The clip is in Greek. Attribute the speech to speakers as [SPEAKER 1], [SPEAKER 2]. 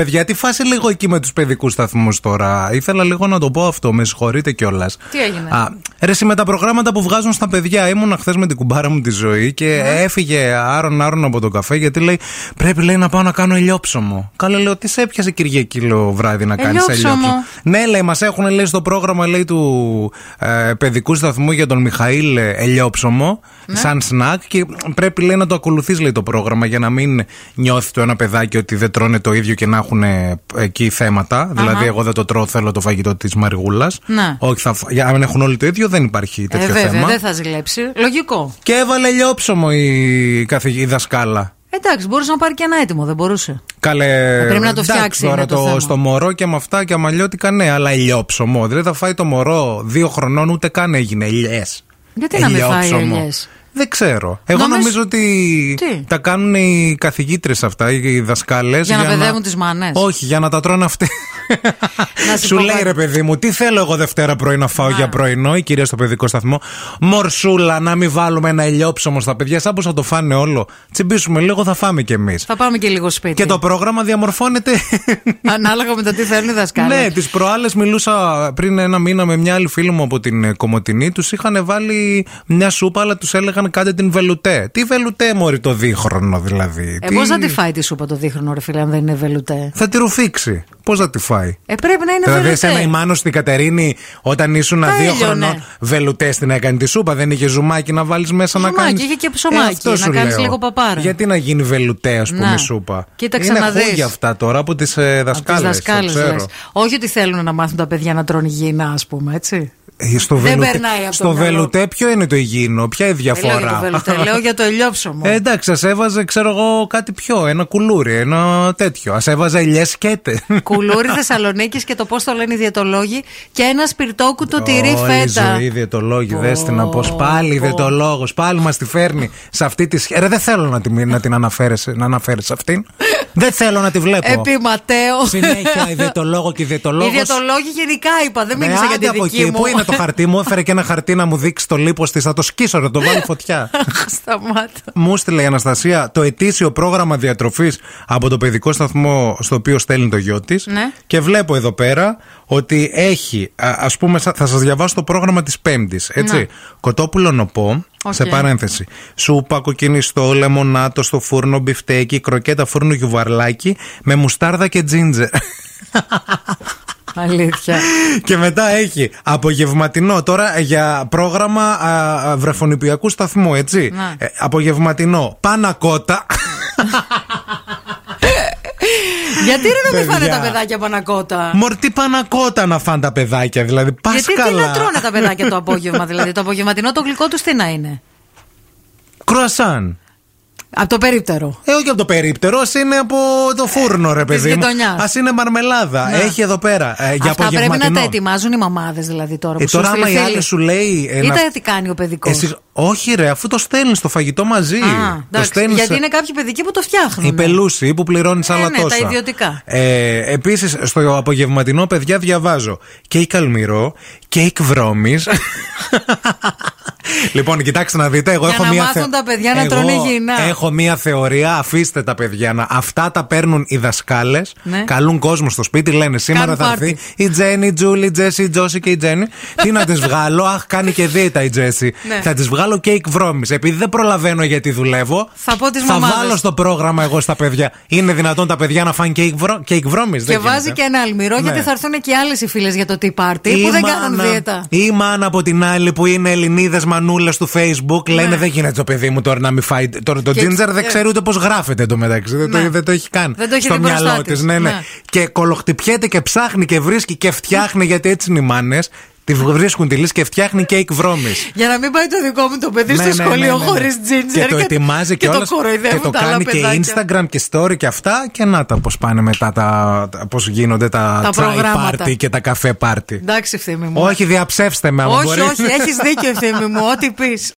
[SPEAKER 1] Παιδιά, τι φάση λίγο εκεί με τους παιδικούς σταθμούς τώρα. Ήθελα λίγο να το πω αυτό, με συγχωρείτε κιόλας.
[SPEAKER 2] Τι έγινε?
[SPEAKER 1] Α, ρε, εσύ με τα προγράμματα που βγάζουν στα παιδιά. Ήμουνα χθες με την κουμπάρα μου τη ζωή και
[SPEAKER 2] Ναι.
[SPEAKER 1] έφυγε άρον-άρον από το καφέ γιατί λέει Πρέπει λέει, να πάω να κάνω ελιόψωμο. Καλά, λέω, τι σε έπιασε Κυριακή λέω, βράδυ να κάνεις
[SPEAKER 2] Ελιόψωμο.
[SPEAKER 1] ελιόψωμο. Ναι, λέει, μας έχουν λέει, στο πρόγραμμα λέει, του ε, παιδικού σταθμού για τον Μιχαήλ ε, ελιόψωμο,
[SPEAKER 2] Ναι.
[SPEAKER 1] σαν σνακ. Και πρέπει λέει, να το ακολουθείς λέει, το πρόγραμμα για να μην νιώθει το ένα παιδάκι ότι δεν τρώνε το ίδιο και να έχουν ε, εκεί θέματα. Δηλαδή, εγώ δεν το τρώω, θέλω το φαγητό της Μαριγούλα.
[SPEAKER 2] Ναι.
[SPEAKER 1] Όχι, θα, φ- για, αν έχουν όλοι το ίδιο, δεν υπάρχει
[SPEAKER 2] Ε,
[SPEAKER 1] τέτοιο
[SPEAKER 2] βέβαια,
[SPEAKER 1] θέμα.
[SPEAKER 2] δεν θα ζηλέψει. Λογικό.
[SPEAKER 1] Και έβαλε ελιόψωμο η, καθηγή, η δασκάλα.
[SPEAKER 2] Εντάξει, μπορούσε να πάρει και ένα έτοιμο, δεν μπορούσε.
[SPEAKER 1] Καλέ.
[SPEAKER 2] πρέπει να το
[SPEAKER 1] εντάξει,
[SPEAKER 2] φτιάξει,
[SPEAKER 1] Τώρα
[SPEAKER 2] είναι το θέμα.
[SPEAKER 1] στο μωρό και με αυτά και αμαλιώτικα ναι, αλλά ηλιόψωμο. Δηλαδή θα φάει το μωρό δύο χρονών ούτε καν έγινε ηλιέ.
[SPEAKER 2] Γιατί να μην φάει ελιές?
[SPEAKER 1] Δεν ξέρω. Εγώ
[SPEAKER 2] Νομίζω-
[SPEAKER 1] νομίζω ότι
[SPEAKER 2] Τι?
[SPEAKER 1] τα κάνουν οι καθηγήτρε αυτά, οι δασκάλες.
[SPEAKER 2] Για να παιδεύουν τις μάνες.
[SPEAKER 1] Όχι, για να τα τρώνε αυτοί.
[SPEAKER 2] Να σου
[SPEAKER 1] Σου
[SPEAKER 2] πω
[SPEAKER 1] λέει
[SPEAKER 2] κάτι.
[SPEAKER 1] ρε παιδί μου, τι θέλω εγώ Δευτέρα πρωί να φάω για πρωινό, η κυρία στο παιδικό σταθμό. Μορσούλα, να μην βάλουμε ένα ηλιόψωμο στα παιδιά, σαν πως θα το φάνε όλο. Τσιμπήσουμε λίγο, θα φάμε κι εμείς.
[SPEAKER 2] Θα πάμε και λίγο σπίτι.
[SPEAKER 1] Και το πρόγραμμα διαμορφώνεται.
[SPEAKER 2] Ανάλογα με το τι θέλουν οι δασκάλοι.
[SPEAKER 1] ναι, τις προάλλες μιλούσα πριν ένα μήνα με μια άλλη φίλη μου από την ε, Κομωτινή. Τους είχαν βάλει μια σούπα, αλλά τους έλεγαν κάντε την βελουτέ. Τι βελουτέ, Μωρή, το δίχρονο δηλαδή.
[SPEAKER 2] Ε,
[SPEAKER 1] Τι-
[SPEAKER 2] πώ θα τη φάει τη σούπα το δίχρονο, ρε φίλε, αν δεν είναι βελουτέ.
[SPEAKER 1] Θα τη ρουφήξει. Πώς θα τη φάει.
[SPEAKER 2] Ε, πρέπει να είναι
[SPEAKER 1] Δηλαδή,
[SPEAKER 2] βελουτέ.
[SPEAKER 1] εσένα η Μάνος στην Κατερίνη, όταν ήσουν
[SPEAKER 2] Τα ναι.
[SPEAKER 1] δύο
[SPEAKER 2] έλειωνε.
[SPEAKER 1] χρονών, βελουτές την έκανε τη σούπα. Δεν είχε ζουμάκι να βάλεις μέσα να Ε,
[SPEAKER 2] Ζουμάκι,
[SPEAKER 1] κάνεις.
[SPEAKER 2] είχε και ψωμάκι, να κάνεις λίγο παπάρα.
[SPEAKER 1] Γιατί να γίνει βελουτέ, α πούμε,
[SPEAKER 2] Να.
[SPEAKER 1] η σούπα.
[SPEAKER 2] Κοίταξε
[SPEAKER 1] Είναι
[SPEAKER 2] να δεις.
[SPEAKER 1] χούγια αυτά τώρα από ε, τι
[SPEAKER 2] Από τις
[SPEAKER 1] δασκάλες.
[SPEAKER 2] δασκάλες, λες. Όχι ότι θέλουν να μάθουν τα παιδιά να τρώνε υγιεινά, ας πούμε, έτσι.
[SPEAKER 1] Ε, Στο
[SPEAKER 2] Δεν
[SPEAKER 1] βελουτέ,
[SPEAKER 2] περνάει από το
[SPEAKER 1] στο
[SPEAKER 2] μυαλό.
[SPEAKER 1] βελουτέ ποιο είναι το υγιεινό, ποια είναι η
[SPEAKER 2] Δεν λέω για το
[SPEAKER 1] διαφορά.
[SPEAKER 2] βελουτέ, λέω για το ελιόψωμο.
[SPEAKER 1] Ε, εντάξει, σα έβαζε, ξέρω εγώ, κάτι πιο, ένα κουλούρι, ένα τέτοιο. Ας έβαζε ελιές σκέτε.
[SPEAKER 2] Κουλούρι Θεσσαλονίκης και το πώς το λένε οι διαιτολόγοι και ένα σπιρτόκουτο τυρί
[SPEAKER 1] Όλη
[SPEAKER 2] φέτα.
[SPEAKER 1] Η ζωή διαιτολόγη,
[SPEAKER 2] Πω,
[SPEAKER 1] δε την να πω. Πάλι
[SPEAKER 2] πω.
[SPEAKER 1] διαιτολόγος, πάλι μας τη φέρνει σε αυτή τη σχέση. Ρε, δεν θέλω να, τη, να την αναφέρεσαι, να αναφέρεις αυτήν. δεν θέλω να τη βλέπω.
[SPEAKER 2] Επί Ματέο.
[SPEAKER 1] Συνέχεια η διαιτολόγο και η διαιτολόγος.
[SPEAKER 2] Οι διαιτολόγοι γενικά είπα, δεν μίλησα για τη
[SPEAKER 1] Ε, από
[SPEAKER 2] δική
[SPEAKER 1] εκεί,
[SPEAKER 2] μου.
[SPEAKER 1] πού είναι το χαρτί μου, έφερε και ένα χαρτί να μου δείξει το λίπος της, θα το σκίσω, να το βάλω φωτιά.
[SPEAKER 2] Αχ, Σταμάτα.
[SPEAKER 1] Μου στείλε η Αναστασία το ετήσιο πρόγραμμα διατροφής από το παιδικό σταθμό στο οποίο στέλνει το γιο της.
[SPEAKER 2] Ναι.
[SPEAKER 1] Και βλέπω εδώ πέρα ότι έχει, α ας πούμε, σα- θα σας διαβάσω το πρόγραμμα της Πέμπτης. Έτσι. Κοτόπουλο νοπό,
[SPEAKER 2] Ναι. Οκ.
[SPEAKER 1] σε παρένθεση. Σούπα, κοκκινιστό, λεμονάτο στο φούρνο, μπιφτέκι, κροκέτα φούρνου γιουβαρλάκι με μουστάρδα και τζίντζερ.
[SPEAKER 2] Αλήθεια.
[SPEAKER 1] και μετά έχει απογευματινό τώρα για πρόγραμμα α, α, βρεφονιπιακού σταθμού, έτσι.
[SPEAKER 2] Ναι.
[SPEAKER 1] Ε, απογευματινό, πάνα κότα.
[SPEAKER 2] Γιατί ρε να μην φάνε
[SPEAKER 1] Παιδιά.
[SPEAKER 2] τα παιδάκια πανακότα.
[SPEAKER 1] Μορτή πανακότα να φάνε τα παιδάκια, δηλαδή. Πας
[SPEAKER 2] Γιατί
[SPEAKER 1] καλά.
[SPEAKER 2] τι να τρώνε τα παιδάκια το απόγευμα, δηλαδή το απογευματινό το γλυκό τους τι να είναι.
[SPEAKER 1] Κρουασάν.
[SPEAKER 2] Από το περίπτερο.
[SPEAKER 1] Ε, όχι από το περίπτερο, ας είναι από το φούρνο, ρε παιδί.
[SPEAKER 2] Ε, γειτονιάς. Ναι.
[SPEAKER 1] Ας είναι μαρμελάδα. Έχει εδώ πέρα. Ε, για
[SPEAKER 2] Αυτά πρέπει να
[SPEAKER 1] απογευματινό.
[SPEAKER 2] τα ετοιμάζουν οι μαμάδες δηλαδή τώρα.
[SPEAKER 1] Ε,
[SPEAKER 2] που
[SPEAKER 1] τώρα,
[SPEAKER 2] σου
[SPEAKER 1] άμα η
[SPEAKER 2] στείλει
[SPEAKER 1] άλλη
[SPEAKER 2] φίλη.
[SPEAKER 1] σου λέει. ε,
[SPEAKER 2] Ή
[SPEAKER 1] να-
[SPEAKER 2] τα τι κάνει ο παιδικός.
[SPEAKER 1] Εσύ- όχι, ρε, αφού το στέλνεις το φαγητό μαζί. το στέλνεις-
[SPEAKER 2] γιατί είναι κάποιοι παιδικοί που το φτιάχνουν.
[SPEAKER 1] Οι πελούσιοι που πληρώνεις
[SPEAKER 2] ναι. Ε,
[SPEAKER 1] άλλα
[SPEAKER 2] ναι, τα
[SPEAKER 1] τόσα.
[SPEAKER 2] ιδιωτικά.
[SPEAKER 1] Ε, Επίσης, στο απογευματινό, παιδιά, διαβάζω κέικ αλμυρό, κέικ βρώμη. λοιπόν, κοιτάξτε να δείτε. Εγώ
[SPEAKER 2] Για
[SPEAKER 1] έχω
[SPEAKER 2] να
[SPEAKER 1] μία
[SPEAKER 2] μάθουν τα παιδιά να
[SPEAKER 1] Εγώ
[SPEAKER 2] τρώνε υγιεινά.
[SPEAKER 1] Έχω μία θεωρία. Αφήστε τα παιδιά να. Αυτά τα παίρνουν οι δασκάλες.
[SPEAKER 2] Ναι.
[SPEAKER 1] Καλούν κόσμο στο σπίτι. Λένε σήμερα
[SPEAKER 2] Κάνουν
[SPEAKER 1] θα
[SPEAKER 2] πάρτι.
[SPEAKER 1] έρθει η Τζέννη, η Τζούλη, η Τζέσι, η Τζόση και η Τζέννη. Τι να τις βγάλω. Αχ, κάνει και δίαιτα η Τζέσι.
[SPEAKER 2] Ναι.
[SPEAKER 1] Θα τις βγάλω κέικ βρώμης. Επειδή δεν προλαβαίνω γιατί δουλεύω.
[SPEAKER 2] Θα πω τις
[SPEAKER 1] Θα
[SPEAKER 2] μαμάδες.
[SPEAKER 1] βάλω στο πρόγραμμα εγώ στα παιδιά. Είναι δυνατόν τα παιδιά να φάνε κέικ βρο... κέικ βρώμης.
[SPEAKER 2] Και
[SPEAKER 1] Δεν
[SPEAKER 2] βάζει
[SPEAKER 1] γίνεται.
[SPEAKER 2] και ένα αλμυρό γιατί
[SPEAKER 1] Ναι.
[SPEAKER 2] θα έρθουν και άλλες οι φίλες για το τι πάρτι
[SPEAKER 1] Η
[SPEAKER 2] που δεν
[SPEAKER 1] μάνα-
[SPEAKER 2] κάνουν δίαιτα.
[SPEAKER 1] Η μάνα από την άλλη που είναι Ελληνίδες μανούλες του Facebook λένε Δεν γίνεται το παιδί μου τώρα να μην φάει. Τώρα το
[SPEAKER 2] Ναι. Και-
[SPEAKER 1] Ginger δεν
[SPEAKER 2] ε.
[SPEAKER 1] ξέρει ούτε πώς γράφεται το μεταξύ. Δεν,
[SPEAKER 2] Ναι.
[SPEAKER 1] το, δεν το έχει καν
[SPEAKER 2] Δεν το έχει
[SPEAKER 1] στο
[SPEAKER 2] δει μπροστά
[SPEAKER 1] μυαλό
[SPEAKER 2] της.
[SPEAKER 1] της. Ναι, ναι.
[SPEAKER 2] Ναι.
[SPEAKER 1] Και κολοχτυπιέται και ψάχνει και βρίσκει και φτιάχνει γιατί έτσι είναι οι μάνες. Τη βρίσκουν τη λύση και φτιάχνει κέικ βρώμης.
[SPEAKER 2] Για να μην πάει το δικό μου το παιδί
[SPEAKER 1] Ναι,
[SPEAKER 2] στο
[SPEAKER 1] ναι, ναι,
[SPEAKER 2] σχολείο
[SPEAKER 1] ναι, ναι.
[SPEAKER 2] χωρίς τζίντζερ.
[SPEAKER 1] Και το ετοιμάζει
[SPEAKER 2] και
[SPEAKER 1] και,
[SPEAKER 2] το κοροϊδεύουν
[SPEAKER 1] Και το
[SPEAKER 2] τα άλλα
[SPEAKER 1] κάνει και
[SPEAKER 2] παιδάκια.
[SPEAKER 1] Instagram και story και αυτά. Και να τα πώς πάνε μετά, τα, τα, πώς γίνονται τα,
[SPEAKER 2] Τα
[SPEAKER 1] τσάι
[SPEAKER 2] προγράμματα.
[SPEAKER 1] πάρτι και τα καφέ πάρτι.
[SPEAKER 2] Εντάξει, ευθύμη μου.
[SPEAKER 1] Όχι, διαψεύστε με άμα
[SPEAKER 2] όχι,
[SPEAKER 1] μπορεί.
[SPEAKER 2] όχι, έχεις δίκιο ευθύμη μου, ό,τι πεις.